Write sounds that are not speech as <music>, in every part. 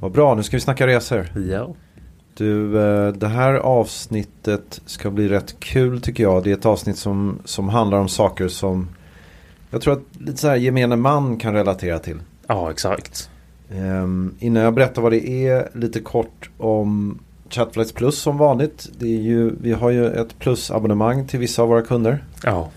Vad bra, nu ska vi snacka resor. Ja. Du, eh, det här avsnittet ska bli rätt kul tycker jag. Det är ett avsnitt som, som handlar om saker som jag tror att lite så här gemene man kan relatera till. Ja exakt. Ehm, innan jag berättar vad det är, lite kort om Chatflights Plus som vanligt. Det är ju, vi har ju ett plusabonnemang till vissa av våra kunder. Ja.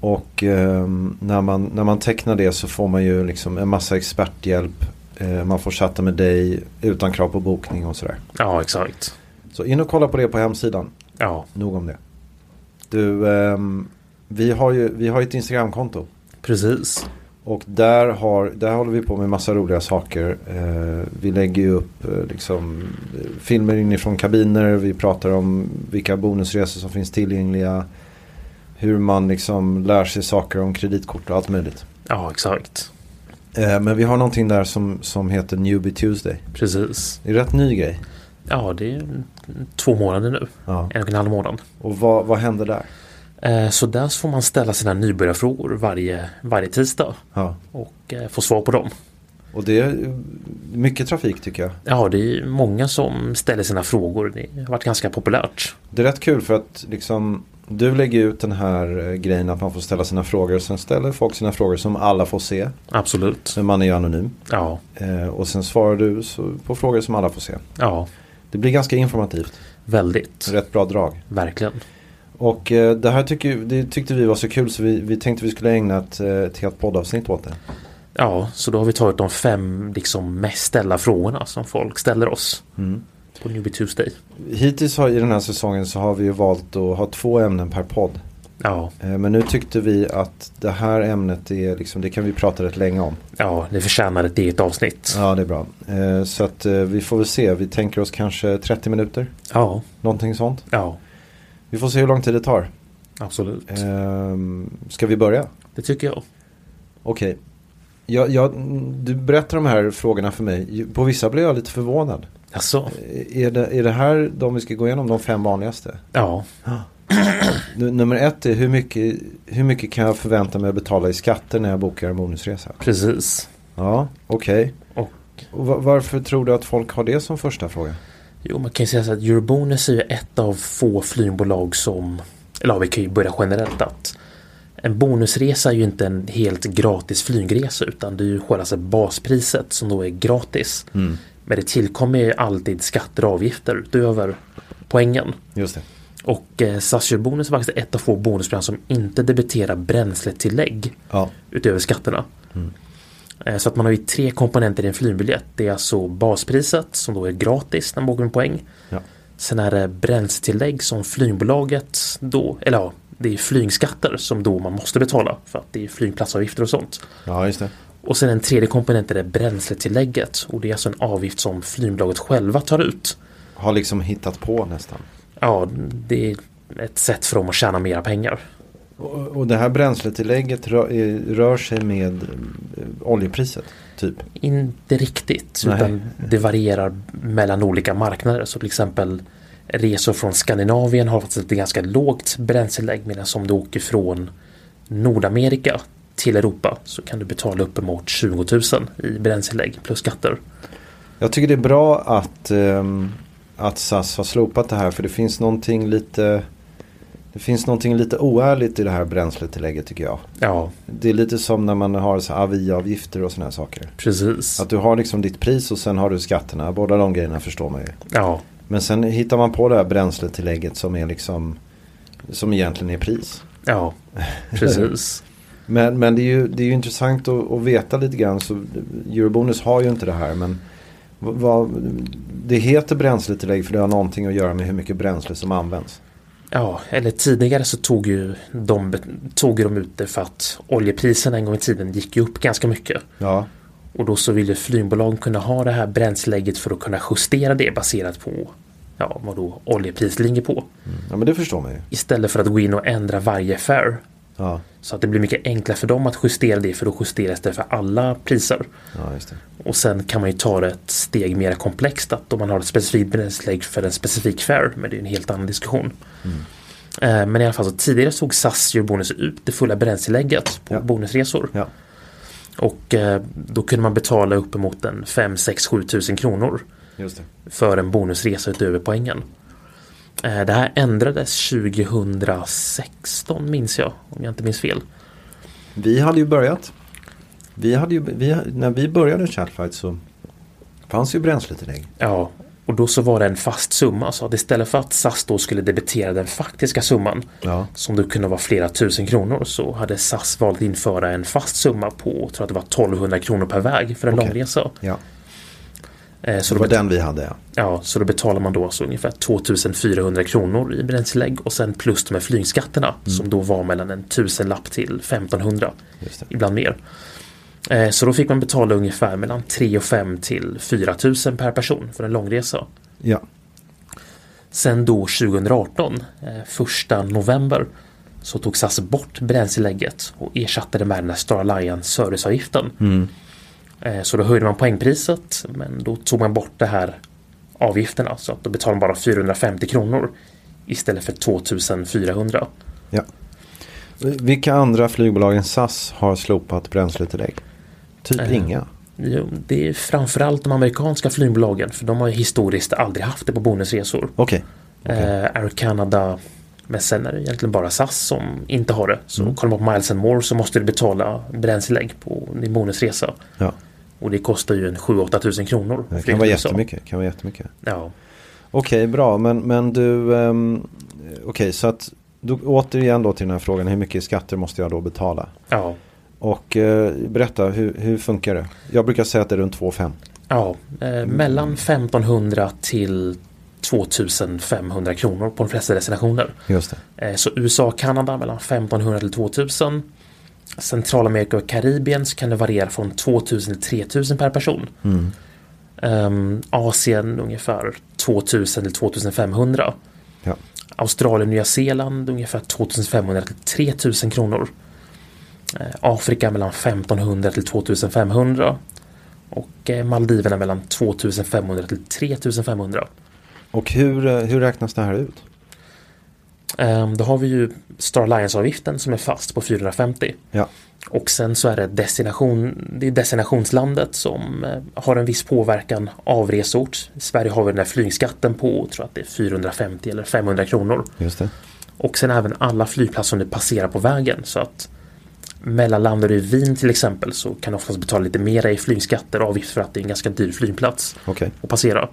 Och ehm, när, man, när man tecknar det så får man ju liksom en massa experthjälp. Eh, man får chatta med dig utan krav på bokning och sådär. Ja exakt. Så in och kolla på det på hemsidan. Ja Nog om det. Du, ehm, vi har ju vi har ju ett Instagramkonto. precis. Och där, har, där håller vi på med massa roliga saker. Eh, vi lägger ju upp eh, liksom, eh, filmer inifrån kabiner. Vi pratar om vilka bonusresor som finns tillgängliga. Hur man liksom lär sig saker om kreditkort och allt möjligt. Ja exakt. Eh, men vi har någonting där som, som heter Newbie Tuesday. Precis. Det är en rätt ny grej. Ja det är mm, två månader nu. Ja. En och en halv månad. Och vad, vad händer där? Eh, Så där så får man ställa sina nybörjarfrågor varje, varje tisdag. Ja. Och eh, få svar på dem. Och det är eh, mycket trafik tycker jag. Ja det är många som ställer sina frågor. Det har varit ganska populärt. Det är rätt kul för att liksom, du lägger ut den här eh, grejen att man får ställa sina frågor. Sen ställer folk sina frågor som alla får se. Absolut. Men man är ju anonym. Ja. Eh, och sen svarar du så, på frågor som alla får se. Ja. Det blir ganska informativt. Väldigt. Rätt bra drag. Verkligen. Och eh, det här tycker, det tyckte vi var så kul så vi, vi tänkte vi skulle ägna ett, eh, ett helt poddavsnitt åt det. Ja, så då har vi tagit de fem liksom mest ställda frågorna som folk ställer oss. På Newbie Tuesday. Hittills har, i den här säsongen så har vi ju valt att ha två ämnen per podd. Ja, Eh, men nu tyckte vi att det här ämnet är liksom, det kan vi prata rätt länge om. ja det förtjänar ett eget avsnitt. Ja. Ja, det är bra. Eh, Så att eh, vi får väl se. Vi tänker oss kanske 30 minuter. ja, Någonting sånt. Vi får se hur lång tid det tar. absolut. Ehm, Ska vi börja? Det tycker jag. Okej. Jag, jag, du berättar de här frågorna för mig. På vissa blev jag lite förvånad. Alltså, Eh, Är det, är det här de vi ska gå igenom, de fem vanligaste? ja, Nu- Nummer ett är hur mycket, hur mycket kan jag förvänta mig att betala i skatter när jag bokar en bonusresa? precis. Ja, okej. Och- Och va- varför tror du att folk har det som första fråga? Jo, man kan ju säga så att Eurobonus är ju ett av få flygbolag som, eller ja, vi kan ju börja generellt att en bonusresa är ju inte en helt gratis flygresa utan det är ju själva baspriset som då är gratis. Men det tillkommer ju alltid skatter och avgifter utöver poängen. Just det. Och eh, SAS Eurobonus är faktiskt ett av få bonusprogram som inte debiterar bränsletillägg Ja, utöver skatterna. Eh, Så att man har ju tre komponenter i en flygbiljett. Det är alltså baspriset som då är gratis när man åker med poäng. Ja. Sen är det bränsletillägg som flygbolaget då, eller ja, det är flygskatter som då man måste betala för att det är flygplatsavgifter och sånt. ja just det. Och sen den tredje komponenten är bränsletillägget och det är alltså en avgift som flygbolaget själva tar ut. Har liksom hittat på nästan. Ja, det är ett sätt för dem att tjäna mera pengar. Och, och det här bränsletillägget rör, eh, rör sig med eh, oljepriset? Typ. Inte riktigt, Nej. utan det varierar mellan olika marknader. Så till exempel resor från Skandinavien har faktiskt ett ganska lågt bränslelägg medan om du åker från Nordamerika till Europa så kan du betala uppemot 20 000 i bränslelägg plus skatter. Jag tycker det är bra att, ehm, att SAS har slopat det här för det finns någonting lite det finns någonting lite oärligt i det här bränsletillägget tycker jag. Ja, Det är lite som när man har så här aviavgifter och sådana här saker. precis. Att du har liksom ditt pris och sen har du skatterna. Båda de grejerna förstår man ju. Ja, Men sen hittar man på det här bränsletillägget som är liksom som egentligen är pris. <laughs> ja, precis. Men, men det, är ju, det är ju intressant att, att veta lite grann. Så Eurobonus har ju inte det här. Men vad, vad, det heter bränsletillägg för det har någonting att göra med hur mycket bränsle som används. Ja, eller tidigare så tog ju de, tog ju de ut det för att oljepriserna en gång i tiden gick ju upp ganska mycket. Ja, Och då så ville flygbolagen kunna ha det här bränslelägget för att kunna justera det baserat på ja, vad då oljepris ligger på. Mm. ja men det förstår man ju. Istället för att gå in och ändra varje fare. Ja, Så att det blir mycket enklare för dem att justera det för då justeras det för alla priser. ja just det. Och sen kan man ju ta det ett steg mer komplext att om man har ett specifikt bränslelägg för en specifik fare, men det är en helt annan diskussion. Eh, Men i alla fall så tidigare såg SAS ju bonus ut det fulla bränslelägget på Ja. bonusresor. Ja. Och eh, då kunde man betala uppemot en 5, 6, 7 tusen kronor Just det. för en bonusresa utöver poängen. Eh, Det här ändrades 2016 minns jag, om jag inte minns fel. Vi hade ju börjat. Vi hade ju, vi, när vi började Chatflight så fanns ju bränsletillägg. Ja, och då så var det en fast summa så att istället för att SAS då skulle debitera den faktiska summan Ja. som då kunde vara flera tusen kronor så hade SAS valt att införa en fast summa på, tror jag att det var 1200 kronor per väg för en Okej. långresa. Ja, Eh, Så det då, var bet- den vi hade. Ja. ja, så då betalar man då alltså ungefär 2400 kronor i bränslelägg och sen plus de här flygskatterna Mm. som då var mellan en tusenlapp till 1500, Just det. ibland mer. Eh, Så då fick man betala ungefär mellan 3 och 5 till 4000 per person för en långresa. Ja. Sen då 2018, eh, första november, så tog SAS bort bränslelägget och ersatte det med den här Star Alliance serviceavgiften. Eh, Så då höjde man poängpriset men då tog man bort det här avgifterna så att då betalade man bara 450 kronor istället för 2400. ja. Vilka andra flygbolag än SAS har slopat bränsletillägg? Typ Eh, inga. Jo, det är framförallt de amerikanska flygbolagen för de har ju historiskt aldrig haft det på bonusresor. Okej. Eh, Air Canada. Men sen är det egentligen bara SAS som inte har det. Så Mm. kollar man på Miles and More så måste du betala bränslelägg på din bonusresa. Ja. Och det kostar ju en 7-8 tusen kronor. Det Flyg kan vara till USA. jättemycket. Kan vara jättemycket. Ja, Okej, bra. Men, men du, um, okej, så att då, återigen då till den här frågan, hur mycket skatter måste jag då betala? ja, Och eh, berätta, hur, hur funkar det? Jag brukar säga att det är runt 2,5. ja. Mm. Eh, mellan 1500 till 2500 kronor på de flesta destinationer. Just det. Eh, Så USA och Kanada mellan 1500 till 2000. Centralamerika och Karibien så kan det variera från 2000 till 3000 per person. Ehm, Asien ungefär 2000 till 2500. Ja. Australien och Nya Zeeland ungefär 2500 till 3000 kronor. Eh, Afrika mellan 1500 till 2500. Och eh, Maldiverna mellan 2500 till 3500. Och hur, eh, hur räknas det här ut? Ehm, Då har vi ju Star Alliance-avgiften som är fast på 450. Ja, Och sen så är det, destination, det är destinationslandet som eh, har en viss påverkan av resort. I Sverige har vi den här flygskatten på tror att det är 450 eller 500 kronor. just det. Och sen även alla flygplatser som du passerar på vägen. Så att mellanlandar du i Wien till exempel så kan du oftast betala lite mera i flygskatter och avgift för att det är en ganska dyr flygplats Okej. att passera.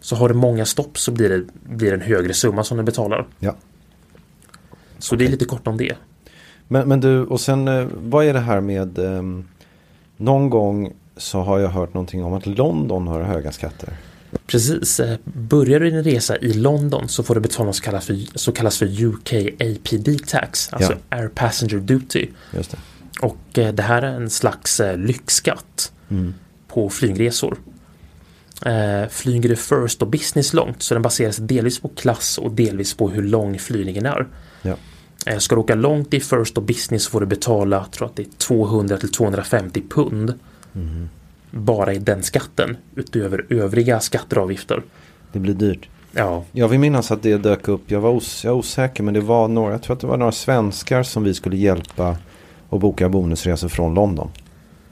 Så har du många stopp så blir det, blir det en högre summa som du betalar. Ja. Så det är lite kort om det. Men, men du, och sen eh, vad är det här med ehm, någon gång så har jag hört någonting om att London har höga skatter. Precis. Eh, Börjar du din resa i London så får du betala något som kallas för, så kallas för UK APD Tax, alltså Air Passenger Duty. Just det. Och eh, det här är en slags eh, lyxskatt på flygresor. Eh, Flyger du first och business långt så den baseras delvis på klass och delvis på hur lång flygningen är. Ja. Eh, Ska du åka långt i First och Business får du betala jag tror att det är 200 till 250 pund. Bara i den skatten utöver övriga skatter och avgifter. Det blir dyrt. Ja, Jag vill minnas att det dök upp. Jag var, os jag var osäker men det var några. Jag tror att det var några svenskar som vi skulle hjälpa att boka bonusresor från London.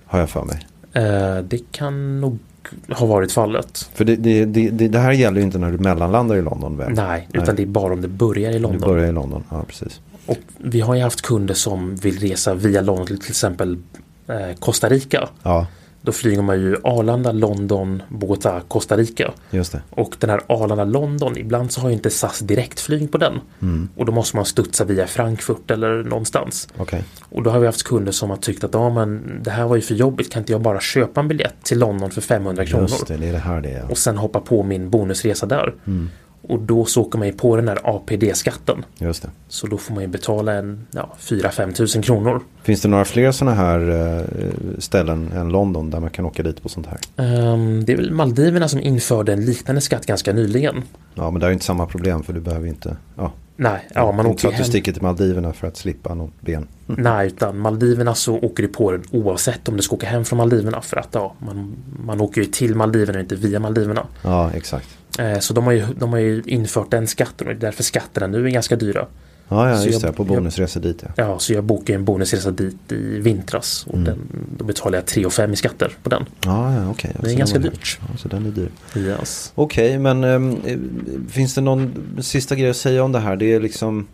Har jag för mig. eh, det kan nog ha varit fallet. För det, det, det, det, det här gäller ju inte när du mellanlandar i London väl? Nej, utan det är bara om det börjar i Du London. börjar i London, ja precis. Och vi har ju haft kunder som vill resa via London till till exempel eh, Costa Rica. Ja, Då flyger man ju Arlanda, London, Bogotá, Costa Rica. just det. Och den här Arlanda-London, ibland så har ju inte SAS direktflyg på den. Och då måste man studsa via Frankfurt eller någonstans. Okej. Och då har vi haft kunder som har tyckt att ja, men det här var ju för jobbigt, kan inte jag bara köpa en biljett till London för 500 kronor? Just det, det är det här det är. ja. Och sen hoppa på min bonusresa där. Och då så åker man ju på den här APD-skatten. Just det. Så då får man ju betala en ja, 4-5 tusen kronor. Finns det några fler sådana här eh, ställen än London där man kan åka dit på sånt här? Ehm, det är väl Maldiverna som införde en liknande skatt ganska nyligen. Ja, men det är ju inte samma problem för du behöver ju inte... Ja, Nej, ja, man inte så åker att du hem. Mm. sticker till Maldiverna för att slippa något ben. Nej, utan Maldiverna så åker du på den oavsett om du ska åka hem från Maldiverna. För att ja, man, man åker ju till Maldiverna och inte via Maldiverna. Ja, exakt. Eh, så de har, ju, de har ju infört den skatten och det är därför skatterna nu är ganska dyra. Ja, ja Så just jag- det. På jag- bonusresor dit ja. Ja, så jag bokade en bonusresa dit i vintras och den, då betalade jag 3 5 i skatter på den. Ja, ja okej. Ja, Det är så ganska den var- dyrt. Ja, så den är dyr. Yes. Okej, men ehm, eh, finns det någon sista grej att säga om det här? Det är liksom...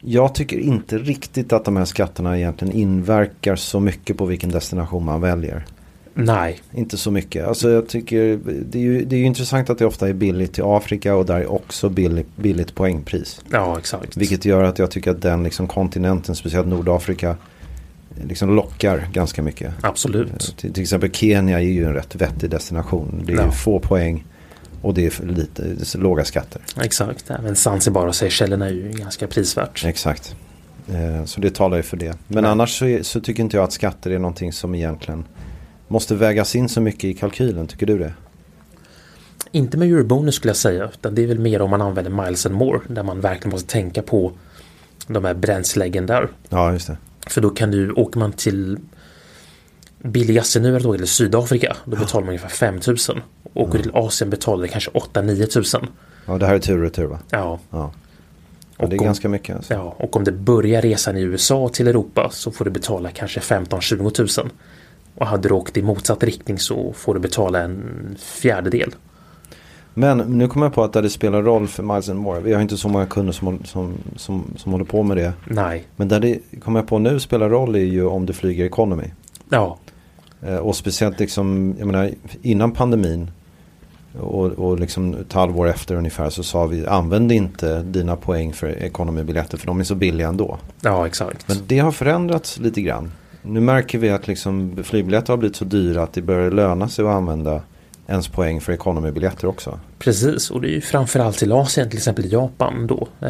Jag tycker inte riktigt att de här skatterna egentligen inverkar så mycket på vilken destination man väljer. Nej, Inte så mycket. Alltså jag tycker det är ju, det är ju intressant att det ofta är billigt till Afrika och där är också billigt, billigt poängpris. ja exakt. Vilket gör att jag tycker att den liksom kontinenten, speciellt Nordafrika, liksom lockar ganska mycket. Absolut. Till, till exempel Kenya är ju en rätt vettig destination. Det är Ja. ju få poäng och det är för lite, det är så låga skatter. Exakt. Även Zanzibar och Seychellerna är ju ganska prisvärt. Exakt. Eh, Så det talar ju för det. Men annars så, är, så tycker inte jag att skatter är någonting som egentligen måste vägas in så mycket i kalkylen. Tycker du det? Inte med eurobonus skulle jag säga, utan det är väl mer om man använder miles and more, där man verkligen måste tänka på de här bränsleläggen där. Ja, just det. För då kan du, åker man till billigaste nu då, eller Sydafrika, då betalar man ungefär 5000. Åker du till Asien betalar du kanske 8-9 tusen. Ja, det här är tur och retur va? Ja, Ja. Ja, Och det är om- ganska mycket. Alltså. ja, och om du börjar resan i USA till Europa så får du betala kanske 15-20 tusen. Och hade du åkt i motsatt riktning så får du betala en fjärdedel. Men nu kommer jag på att det spelar roll för Miles and More. Vi har inte så många kunder som, håll- som, som, som håller på med det. Nej, Men där det kommer jag på nu spelar roll är ju om du flyger economy. ja, Eh, Och speciellt liksom, jag menar, innan pandemin och, och liksom ett halvår efter ungefär så sa vi använd inte dina poäng för ekonomibiljetter för de är så billiga ändå. ja exakt. Men det har förändrats lite grann. Nu märker vi att liksom flygbiljetter har blivit så dyra att det börjar löna sig att använda ens poäng för ekonomibiljetter också. Precis, och det är ju framförallt till Asien, till exempel Japan då. Eh,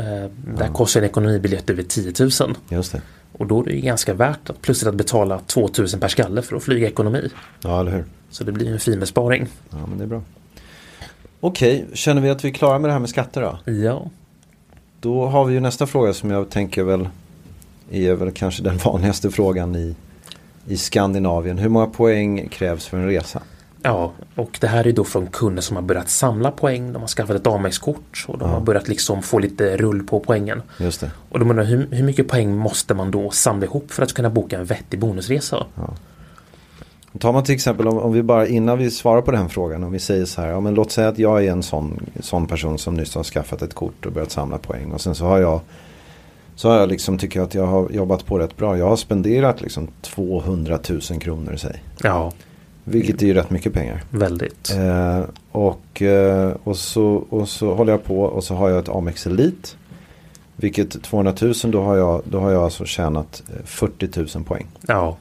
där kostar en ekonomibiljett över 10 000. Just det. Och då är det ju ganska värt att plötsligt att betala 2 000 per skalle för att flyga ekonomi. Ja, eller hur? Så det blir ju en fin besparing. Ja, men det är bra. Okej, känner vi att vi är klara med det här med skatter då? Ja, Då har vi ju nästa fråga som jag tänker väl är väl kanske den <laughs> vanligaste frågan i, i Skandinavien. Hur många poäng krävs för en resa? ja och det här är ju då från kunder som har börjat samla poäng. De har skaffat ett Amex-kort och de har börjat liksom få lite rull på poängen. Just det. Och de undrar hur, hur mycket poäng måste man då samla ihop för att kunna boka en vettig bonusresa? Tar man till exempel om, om vi bara innan vi svarar på den frågan om vi säger så här. Ja, men låt säga att jag är en sån, sån person som nyss har skaffat ett kort och börjat samla poäng. Och sen så har jag så har jag liksom tycker jag att jag har jobbat på rätt bra. Jag har spenderat liksom 200 000 kronor säg. Ja, Vilket är ju rätt mycket pengar. väldigt. Eh, och, eh, och, så, och så håller jag på och så har jag ett Amex Elite. Vilket 200 000 då har jag, då har jag alltså tjänat eh, 40 000 poäng. Ja,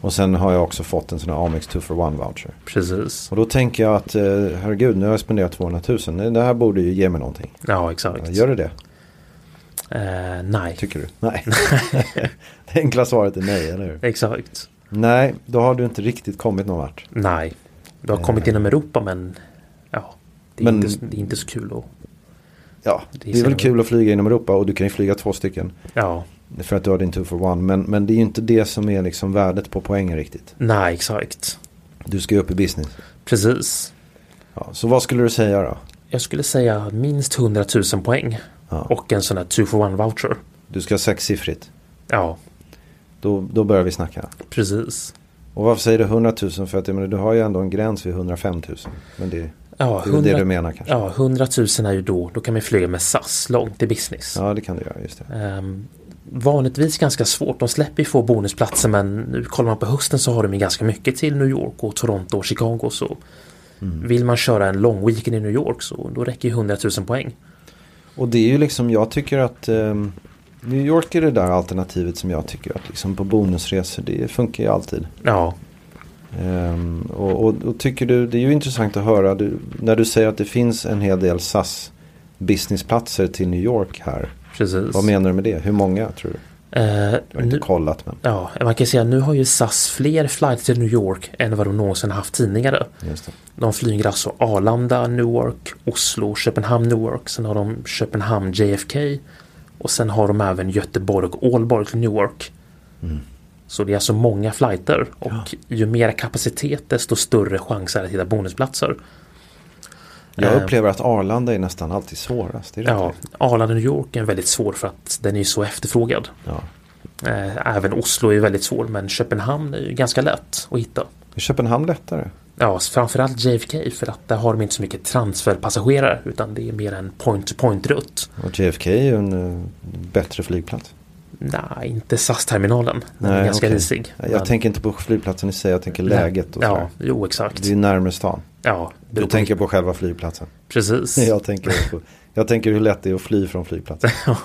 Och sen har jag också fått en sån här Amex 2 for 1 voucher. precis. Och då tänker jag att eh, herregud nu har jag spenderat 200 000. Det här borde ju ge mig någonting. Ja, exakt. Gör det det? Eh, nej, Tycker du? <laughs> Nej. det enkla svaret är nej, eller hur? exakt. Nej, då har du inte riktigt kommit någon vart. Nej, vi har kommit inom Europa men ja, det är, Eh. Men- inte, det är inte så kul att... Ja, Det det är väl stämmer. kul att flyga inom Europa och du kan ju flyga två stycken. Ja, För att du har din 2 for 1. Men, men det är ju inte det som är liksom värdet på poängen riktigt. Nej, exakt. Du ska ju upp i business. Precis. Ja, så vad skulle du säga då? Jag skulle säga minst 100 000 poäng. Ja. Och en sån här 2 for 1 voucher. Du ska ha sexsiffrigt. Ja, Då, då börjar vi snacka. precis. Och varför säger du 100 000? För att jag menar, du har ju ändå en gräns vid 105 000. Men det, Ja, det är väl det du menar kanske? Ja, 100 000 är ju då, då kan vi flyga med SAS långt i business. Ja, det kan du göra. Just det. Ehm, vanligtvis ganska svårt, de släpper ju få bonusplatser men nu kollar man på hösten så har de ju ganska mycket till New York och Toronto och Chicago så Mm. vill man köra en lång weekend i New York så då räcker ju 100 000 poäng. Och det är ju liksom, jag tycker att ehm, New York är det där alternativet som jag tycker att liksom på bonusresor, det funkar ju alltid. Ja, Ehm, och, och, och tycker du, det är ju intressant att höra du, när du säger att det finns en hel del SAS businessplatser till New York här. precis. Vad menar du med det? Hur många tror du? Eh, Jag har inte nu, kollat men. ja, man kan säga nu har ju SAS fler flighter till New York än vad de någonsin haft tidigare. Just det. De flyger alltså Arlanda, Newark, Oslo, Köpenhamn, Newark. Sen har de Köpenhamn, JFK. Och sen har de även Göteborg och Aalborg till Newark. Mm. Så det är alltså många flighter och ju mer kapacitet desto större chans är det att hitta bonusplatser. Jag Ehm. upplever att Arlanda är nästan alltid svårast. Det är rätt Ja, rätt. Arlanda, New York är väldigt svår för att den är ju så efterfrågad. Ja. Eh, Även Oslo är ju väldigt svår men Köpenhamn är ju ganska lätt att hitta. Är Köpenhamn lättare? Ja, framförallt JFK för att där har de inte så mycket transferpassagerare utan det är mer en point-to-point-rutt. Och JFK är ju en eh, bättre flygplats. Nej, inte SAS-terminalen. Den är ganska okej. risig. Jag Men- tänker inte på flygplatsen i sig, jag tänker läget och Ja, sådär. jo exakt. Det är närmare stan. Ja, Du beror på- tänker på själva flygplatsen. Precis. <laughs> Jag tänker, på, jag tänker hur lätt det är att fly från <laughs> flygplatsen. <laughs>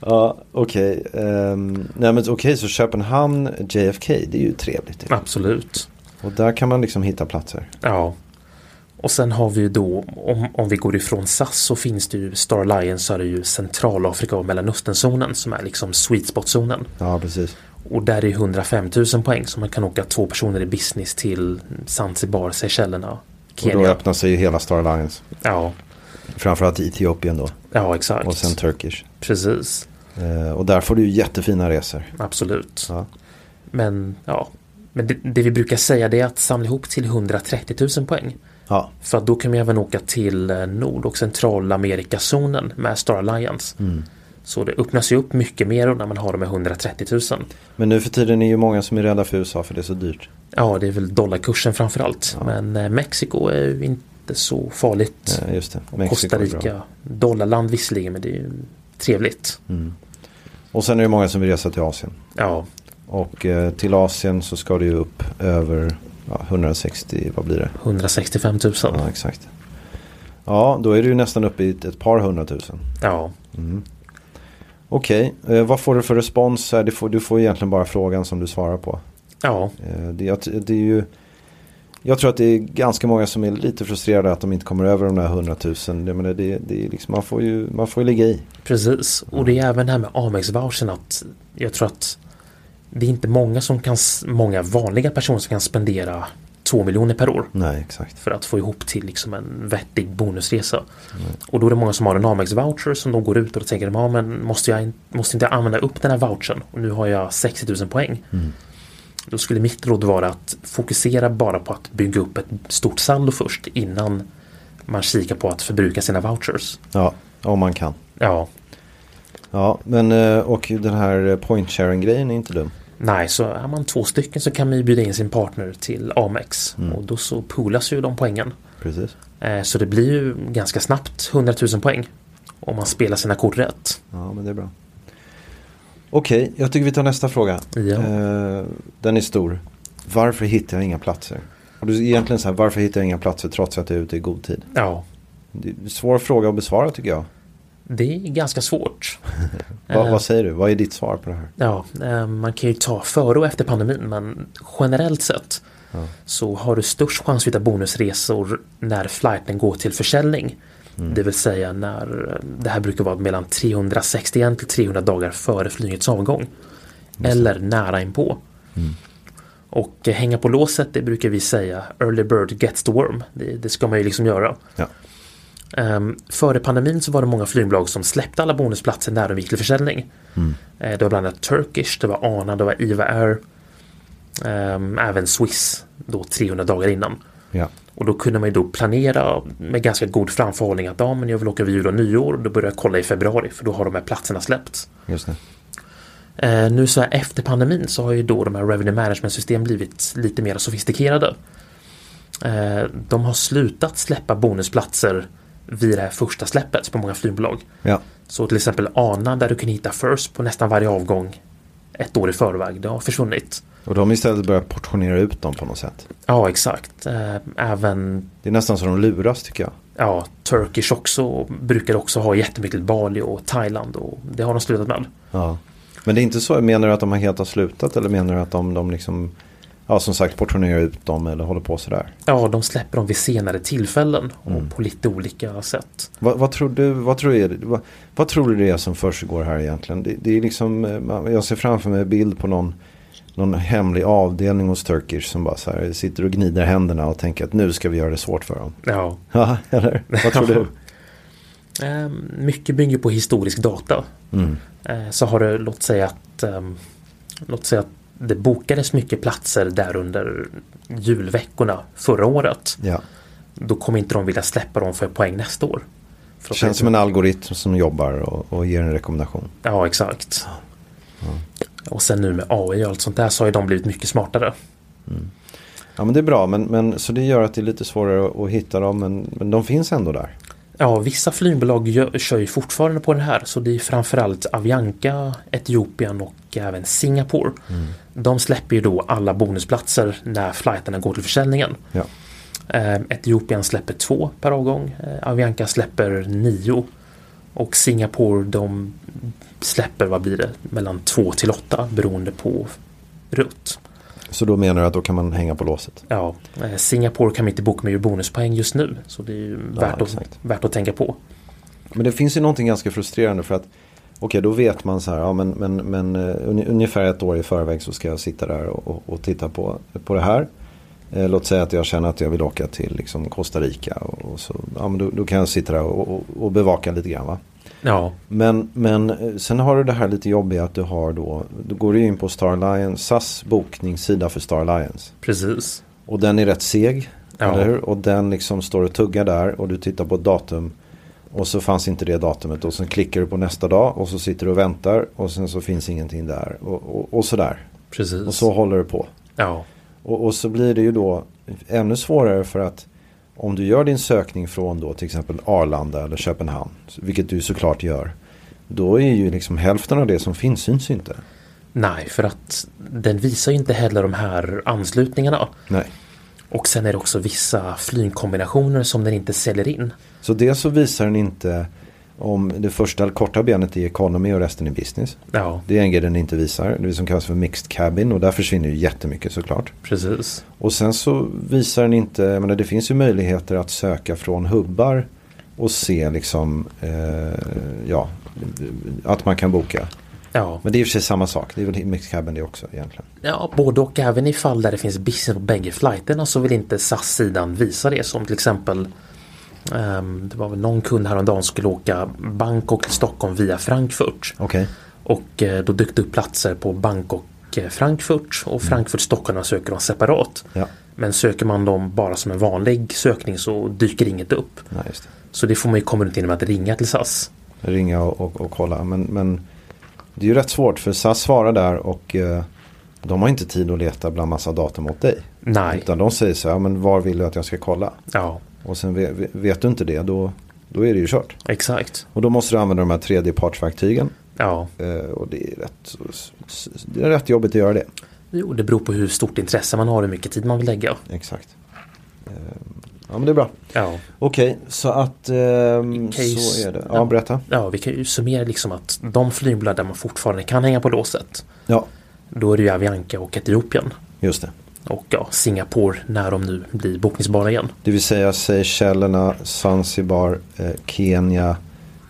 ja, okej. Ehm, nej men okej, så Köpenhamn, JFK, det är ju trevligt. ju. Absolut. Och där kan man liksom hitta platser. Ja. Och sen har vi ju då, om, om vi går ifrån SAS så finns det ju Star Alliance så är det ju Centralafrika och Mellanösternzonen som är liksom sweet spot-zonen. Ja, precis. Och där är 105 000 poäng så man kan åka två personer i business till Zanzibar, Seychellerna, Och då Kenya. öppnar sig ju hela Star Alliance. Ja, Framförallt i Etiopien då. ja exakt. Och sen Turkish. Precis, Eh, och där får du ju jättefina resor. absolut. Ja. Men ja, men det, det vi brukar säga det är att samla ihop till 130 000 poäng. Ja, För att då kan vi även åka till eh, Nord och Centralamerikazonen med Star Alliance. Mm. Så det öppnas ju upp mycket mer när man har de här 130 000. men nu för tiden är ju många som är rädda för USA för det är så dyrt. Ja, det är väl dollarkursen framförallt. Men eh, Mexiko är ju inte så farligt. Eh, just det, och Costa är bra. Rica, dollarland visserligen, men det är ju trevligt. Mm. Och sen är det många som vill resa till Asien. Ja, Och eh, till Asien så ska du ju upp över ja, 160, vad blir det? 165 000. Ja, exakt. Ja, då är du ju nästan uppe i ett, ett par hundratusen. Ja, Okej, eh, vad får du för respons? här? Det får, du får egentligen bara frågan som du svarar på. ja, Eh, det, jag, det är ju, jag tror att det är ganska många som är lite frustrerade att de inte kommer över de där hundratusen. Det, men det, det är liksom, man, får ju, man får ju ligga i. precis. Och det är även det här med Amex-vouchern att jag tror att det är inte många som kan, många vanliga personer som kan spendera 2 miljoner per år. Nej, exakt. för att få ihop till liksom en vettig bonusresa. Och då är det många som har en Amex-voucher som de går ut och då tänker de, ja men måste, jag, in- måste inte jag använda upp den här vouchern och nu har jag 60 000 poäng. Då skulle mitt råd vara att fokusera bara på att bygga upp ett stort saldo först innan man kikar på att förbruka sina vouchers. Ja, om man kan. Ja, Ja, men eh, och den här eh, point sharing grejen är inte dum. nej så är man två stycken så kan man ju bjuda in sin partner till Amex och då så poolas ju de poängen. Precis. Eh, Så det blir ju ganska snabbt 100 000 poäng. Om man spelar sina kort rätt. Ja, men det är bra. Okej, jag tycker vi tar nästa fråga. Ja. Eh, den är stor. Varför hittar jag inga platser? Och du egentligen så här, varför hittar jag inga platser trots att jag är ute i god tid? Ja, Det är en svår fråga att besvara tycker jag. det är ganska svårt. Va, Eh. Vad säger du? Vad är ditt svar på det här? Ja, eh, man kan ju ta före och efter pandemin men generellt sett så har du störst chans att hitta bonusresor när flighten går till försäljning. Det vill säga när eh, det här brukar vara mellan 361 till 300 dagar före flygets avgång. Eller nära inpå. Och eh, hänga på låset det brukar vi säga early bird gets the worm. Det, det ska man ju liksom göra. Ja. Ehm, före pandemin så var det många flygbolag som släppte alla bonusplatser när de gick till försäljning. Eh, det var bland annat Turkish, det var ANA, det var IVA Air. ehm, även Swiss, då 300 dagar innan. Ja. Och då kunde man ju då planera med ganska god framförhållning att ja, men jag vill åka vid jul och nyår. Då börjar jag kolla i februari för då har de här platserna släppts. Just det. Eh, nu så här efter pandemin så har ju då de här revenue management system blivit lite mer sofistikerade. Eh, de har slutat släppa bonusplatser vid det här första släppet på många flygbolag. Ja. Så till exempel ANA där du kunde hitta First på nästan varje avgång ett år i förväg, det har försvunnit. Och de istället börjar portionera ut dem på något sätt. Ja, exakt. Eh, även Det är nästan så de luras tycker jag. ja, Turkish också brukar också ha jättemycket till Bali och Thailand och det har de slutat med. Ja. Men det är inte så, menar du att de har helt har slutat eller menar du att de, de liksom, ja som sagt portionerar ut dem eller håller på sådär? Ja, de släpper dem vid senare tillfällen och på lite olika sätt. Vad, vad, tror du, vad, tror du, är det- vad, vad tror du det är som försiggår här egentligen? Det, det är liksom, eh, man- jag ser framför mig en bild på någon, någon hemlig avdelning hos Turkish som bara så här sitter och gnider händerna och tänker att nu ska vi göra det svårt för dem. <laughs> Ja, Ja, eller? Vad tror du? Eh, Mycket bygger på historisk data. Mm. Eh, Så har det, låt säga att ehm, Låt säga att det bokades mycket platser där under julveckorna förra året. Ja. Då kommer inte de vilja släppa dem för poäng nästa år. För Det att känns som en algoritm som jobbar och, och ger en rekommendation. Ja, exakt. Och sen nu med AI och allt sånt där så har ju de blivit mycket smartare. Ja men det är bra, men, men, så det gör att det är lite svårare att, att hitta dem, men, men de finns ändå där. Ja, vissa flygbolag gö- kör ju fortfarande på den här så det är framförallt Avianca, Etiopien och även Singapore. Mm. De släpper ju då alla bonusplatser när flighterna går till försäljningen. Ja. Eh, Etiopien släpper två per avgång, eh, Avianca släpper nio och Singapore de släpper, vad blir det, mellan två till åtta beroende på rutt. Så då menar du att då kan man hänga på låset? Ja, eh, Singapore kan vi inte boka med ur bonuspoäng just nu så det är ju värt, att, exakt. värt att tänka på. Men det finns ju någonting ganska frustrerande för att okej då vet man så här, ja, men, men, men eh, uni- ungefär ett år i förväg så ska jag sitta där och, och, och titta på, på det här. Eh, låt säga att jag känner att jag vill åka till liksom, Costa Rica och, och så, ja, men då, då kan jag sitta där och, och, och bevaka lite grann va. Ja, Men, men eh, sen har du det här lite jobbiga att du har då, då går du in på Star Alliance, SAS bokningssida för Star Alliance. precis. Och den är rätt seg. Ja. Eller hur? Och den liksom står och tuggar där och du tittar på ett datum. Och så fanns inte det datumet och sen klickar du på nästa dag och så sitter du och väntar och sen så finns ingenting där och, och, och sådär. Precis. Och så håller du på. Ja, Och, och så blir det ju då ännu svårare för att om du gör din sökning från då till exempel Arlanda eller Köpenhamn, vilket du såklart gör, då är ju liksom hälften av det som finns syns inte. nej för att den visar ju inte heller de här anslutningarna. Nej. Och sen är det också vissa flygkombinationer som den inte säljer in. Så dels så visar den inte om det första korta benet är economy och resten är business. Ja, Det är en grej den inte visar, det som kallas för mixed cabin och där försvinner ju jättemycket såklart. precis. Och sen så visar den inte, jag menar, det finns ju möjligheter att söka från hubbar och se liksom, eh, ja, att man kan boka. Ja. Men det är i och för sig samma sak, det är väl mixed cabin det också egentligen. ja, både och även i fall där det finns business på bägge flighterna så vill inte SAS-sidan visa det som till exempel ehm, det var väl någon kund häromdagen som skulle åka Bangkok till Stockholm via Frankfurt. Okej, Och eh, då dök det upp platser på Bangkok eh, Frankfurt och Frankfurt Stockholm söker de separat. Mm. Ja. Men söker man dem bara som en vanlig sökning så dyker inget upp. nej just det. Så det får man ju komma runt genom att ringa till SAS. ringa och, och, och kolla. Men, men det är ju rätt svårt för SAS svarar där och eh, de har inte tid att leta bland massa datum åt dig. Nej. Utan de säger så här, ja, men var vill du att jag ska kolla? Ja, Och sen ve- ve- vet du inte det, då, då är det ju kört. exakt. Och då måste du använda de här tredjepartsverktygen. Ja, Eh, och det är, rätt, s- det är rätt jobbigt att göra det. jo, det beror på hur stort intresse man har och hur mycket tid man vill lägga. Exakt. Eh, ja men det är bra. Ja, Okej, så att ehm, case- så är det. Ja, berätta. ja vi kan ju summera liksom att de flygbolag där man fortfarande kan hänga på låset, Ja, då är det ju Avianca och Etiopien. just det. Och ja, Singapore när de nu blir bokningsbara igen. Det vill säga Seychellerna, Zanzibar, eh, Kenya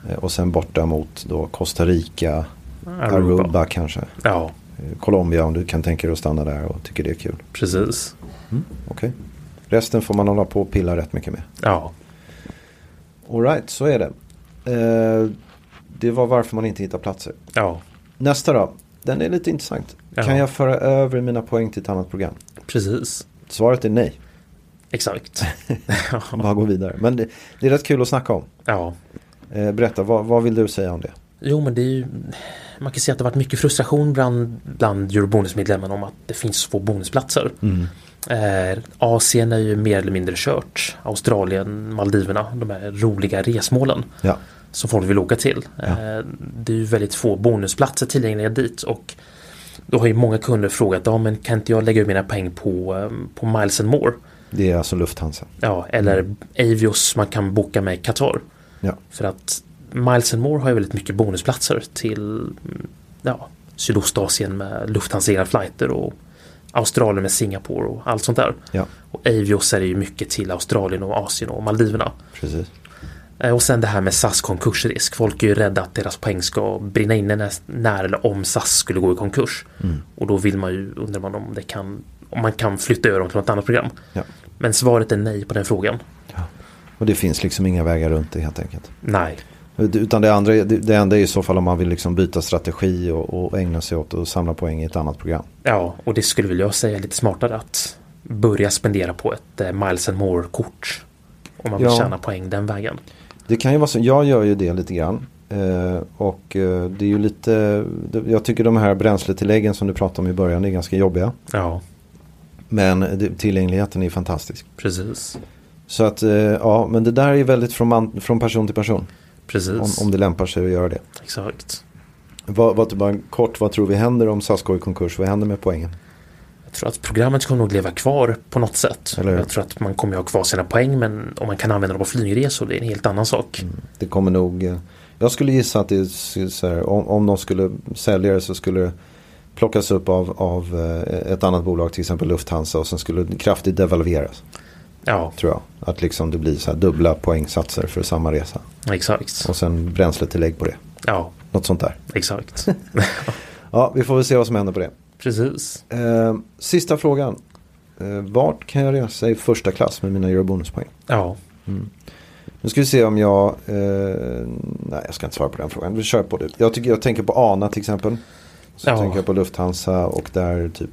eh, och sen borta mot då Costa Rica, Aruba. Aruba, kanske. Ja, Eh, Colombia om du kan tänka dig att stanna där och tycker det är kul. precis. Okej. Resten får man hålla på och pilla rätt mycket med. Ja, Alright, så är det. Eh, det var varför man inte hittar platser. Ja, Nästa då. Den är lite intressant. Ja. Kan jag föra över mina poäng till ett annat program? precis. Svaret är nej. Exakt. <laughs> Bara gå vidare. Men det, det är rätt kul att snacka om. ja. Eh, berätta, vad, vad vill du säga om det? Jo, men det är ju... Man kan säga att det har varit mycket frustration bland, bland Eurobonus-medlemmarna om att det finns så få bonusplatser. Eh, Asien är ju mer eller mindre kört. Australien, Maldiverna, de här roliga resmålen Ja. som folk vill åka till. Eh, det är ju väldigt få bonusplatser tillgängliga dit och då har ju många kunder frågat, ja men kan inte jag lägga ut mina poäng på, eh, på Miles and More? Det är alltså Lufthansa. Ja, eller Avios man kan boka med Qatar. Ja. För att Miles and More har ju väldigt mycket bonusplatser till mm, ja, Sydostasien med Lufthansa flighter och Australien med Singapore och allt sånt där. ja, Och Avios är det ju mycket till Australien och Asien och Maldiverna. precis. Eh, Och sen det här med SAS konkursrisk. Folk är ju rädda att deras poäng ska brinna inne när, när eller om SAS skulle gå i konkurs. Mm. Och då vill man ju, undrar man om, det kan, om man kan flytta över dem till något annat program. Ja. Men svaret är nej på den frågan. Och det finns liksom inga vägar runt det helt enkelt. Nej. Ut- Utan det, andra, det, det enda är i så fall om man vill liksom byta strategi och, och ägna sig åt att samla poäng i ett annat program. Ja, och det skulle väl jag säga är lite smartare att börja spendera på ett eh, Miles and More-kort. Om man vill Ja. tjäna poäng den vägen. Det kan ju vara så, jag gör ju det lite grann. Eh, och eh, det är ju lite, det- jag tycker de här bränsletilläggen som du pratade om i början är ganska jobbiga. Ja, Men det, tillgängligheten är fantastisk. precis. Så att eh, ja, men det där är väldigt från, man, från person till person. Om, Precis. om det lämpar sig att göra det. Exakt. Vad, vad, bara kort, vad tror vi händer om SAS går i konkurs? Vad händer med poängen? Jag tror att programmet kommer nog leva kvar på något sätt. Eller hur? Jag tror att man kommer ju ha kvar sina poäng men om man kan använda dem på flygresor det är en helt annan sak. Det kommer nog, eh, jag skulle gissa att det är så- så här, om, om de skulle sälja det så skulle det plockas upp av, av eh, ett annat bolag, till exempel Lufthansa och sen skulle det kraftigt devalveras. Ja, Tror jag. Att liksom det blir så här dubbla poängsatser för samma resa. exakt. Och sen bränsletillägg på det. Ja, Något sånt där. exakt. <laughs> Ja, vi får väl se vad som händer på det. precis. Eh, sista frågan. Eh, vart kan jag resa i första klass med mina eurobonuspoäng? Ja, Nu ska vi se om jag... Eh, nej, jag ska inte svara på den frågan. Vi kör på det. Jag, tycker, jag tänker på ANA till exempel. Så Ja. tänker jag på Lufthansa och där typ...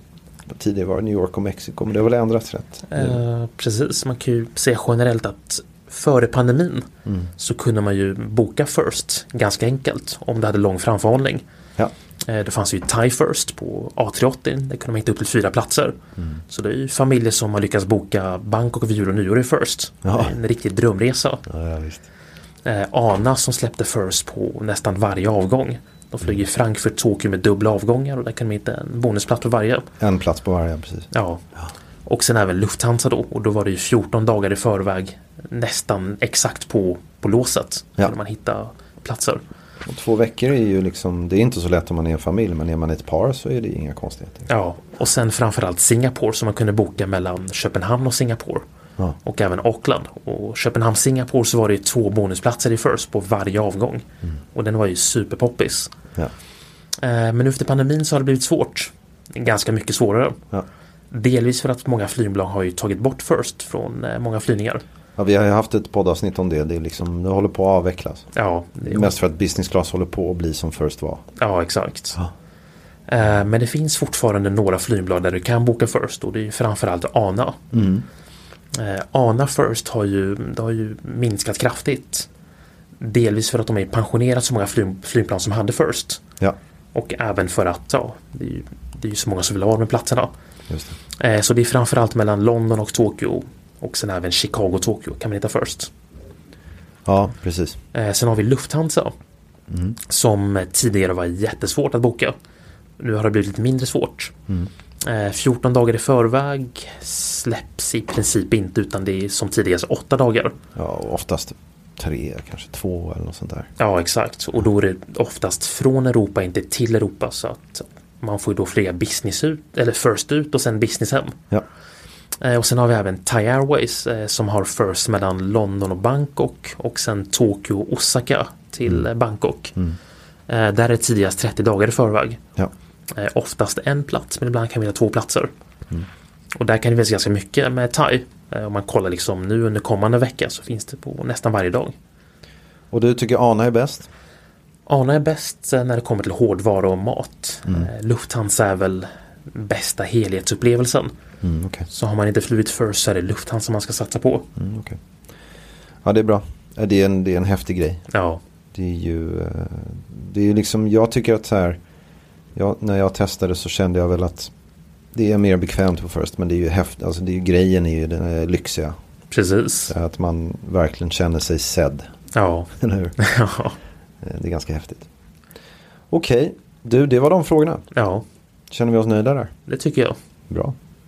Tidigare var det New York och Mexiko. Men det har väl ändrats rätt? nu. Eh, precis, man kan ju säga generellt att före pandemin Mm. så kunde man ju boka first ganska enkelt om du hade lång framförhållning. Ja, Eh, Det fanns ju Thai First på A380, där kunde man hitta upp till fyra platser. Mm. Så det är ju familjer som har lyckats boka Bangkok vid jul och nyår i First. Ja. En riktig drömresa. ja, ja visst. Eh, ANA som släppte First på nästan varje avgång. De flyger Frankfurt, Tokyo med dubbla avgångar och där kan man hitta en bonusplats för varje. En plats på varje, precis. Ja. Och sen även Lufthansa då och då var det ju 14 dagar i förväg nästan exakt på, på låset. Ja. Kunde man hitta platser. Och två veckor är ju liksom... Det är inte så lätt om man är en familj. Men är man ett par så är det inga konstigheter. Ja, och sen framförallt Singapore som man kunde boka mellan Köpenhamn och Singapore. Ja. Och även Auckland. Och Köpenhamn-Singapore så var det ju två bonusplatser i First på varje avgång. Mm. Och den var ju superpoppis. Ja. Eh, Men efter pandemin så har det blivit svårt. Ganska mycket svårare. Ja. Delvis för att många flygbolag har ju tagit bort First från eh, många flygningar. Ja, vi har ju haft ett poddavsnitt om det. Det, är liksom, det håller på att avvecklas. Ja, det Mest för att business class håller på att bli som first var. Ja, exakt. Eh, Men det finns fortfarande några flygblad där du kan boka First och det är ju framförallt ANA. Eh, ANA First har ju, det har ju minskat kraftigt. Delvis för att de har ju pensionerat så många flyg, flygplan som hade First. Ja, Och även för att ja, det, är ju, det är ju så många som vill ha de här platserna. just det. Eh, Så det är framförallt mellan London och Tokyo och sen även Chicago och Tokyo kan man hitta First. Ja, precis. Eh, sen har vi Lufthansa. Som tidigare var jättesvårt att boka. Nu har det blivit lite mindre svårt. Eh, 14 dagar i förväg släpps i princip inte utan det är som tidigast 8 dagar. Ja, och oftast tre, kanske två eller något sånt där. Ja exakt och då är det oftast från Europa inte till Europa så att man får ju då flyga business ut eller first ut och sen business hem. Ja, Eh, Och sen har vi även Thai Airways eh, som har first mellan London och Bangkok och sen Tokyo och Osaka till eh, Bangkok. Eh, Där är det tidigast 30 dagar i förväg. ja. Eh, Oftast en plats men ibland kan vi ha två platser. Och där kan det finnas ganska mycket med Thai. Eh, Om man kollar liksom nu under kommande vecka så finns det på nästan varje dag. Och du tycker ANA är bäst? ANA är bäst eh, när det kommer till hårdvara och mat. Eh, Lufthansa är väl bästa helhetsupplevelsen. Mm, okej. Så har man inte flugit First så är det Lufthansa man ska satsa på. Mm, okej. Ja, det är bra. Ja, Det är en, det är en häftig grej. Ja, Det är ju, eh, det är ju liksom, jag tycker att så här, jag, när jag testade så kände jag väl att det är mer bekvämt på First, men det är ju häftigt, alltså det är ju, grejen är ju den är lyxiga. precis. Så Att man verkligen känner sig sedd, <laughs> Ja. eller hur? ja. <laughs> Eh, Det är ganska häftigt. Okej, du, det var de frågorna. ja, Känner vi oss nöjda där? det tycker jag. Bra,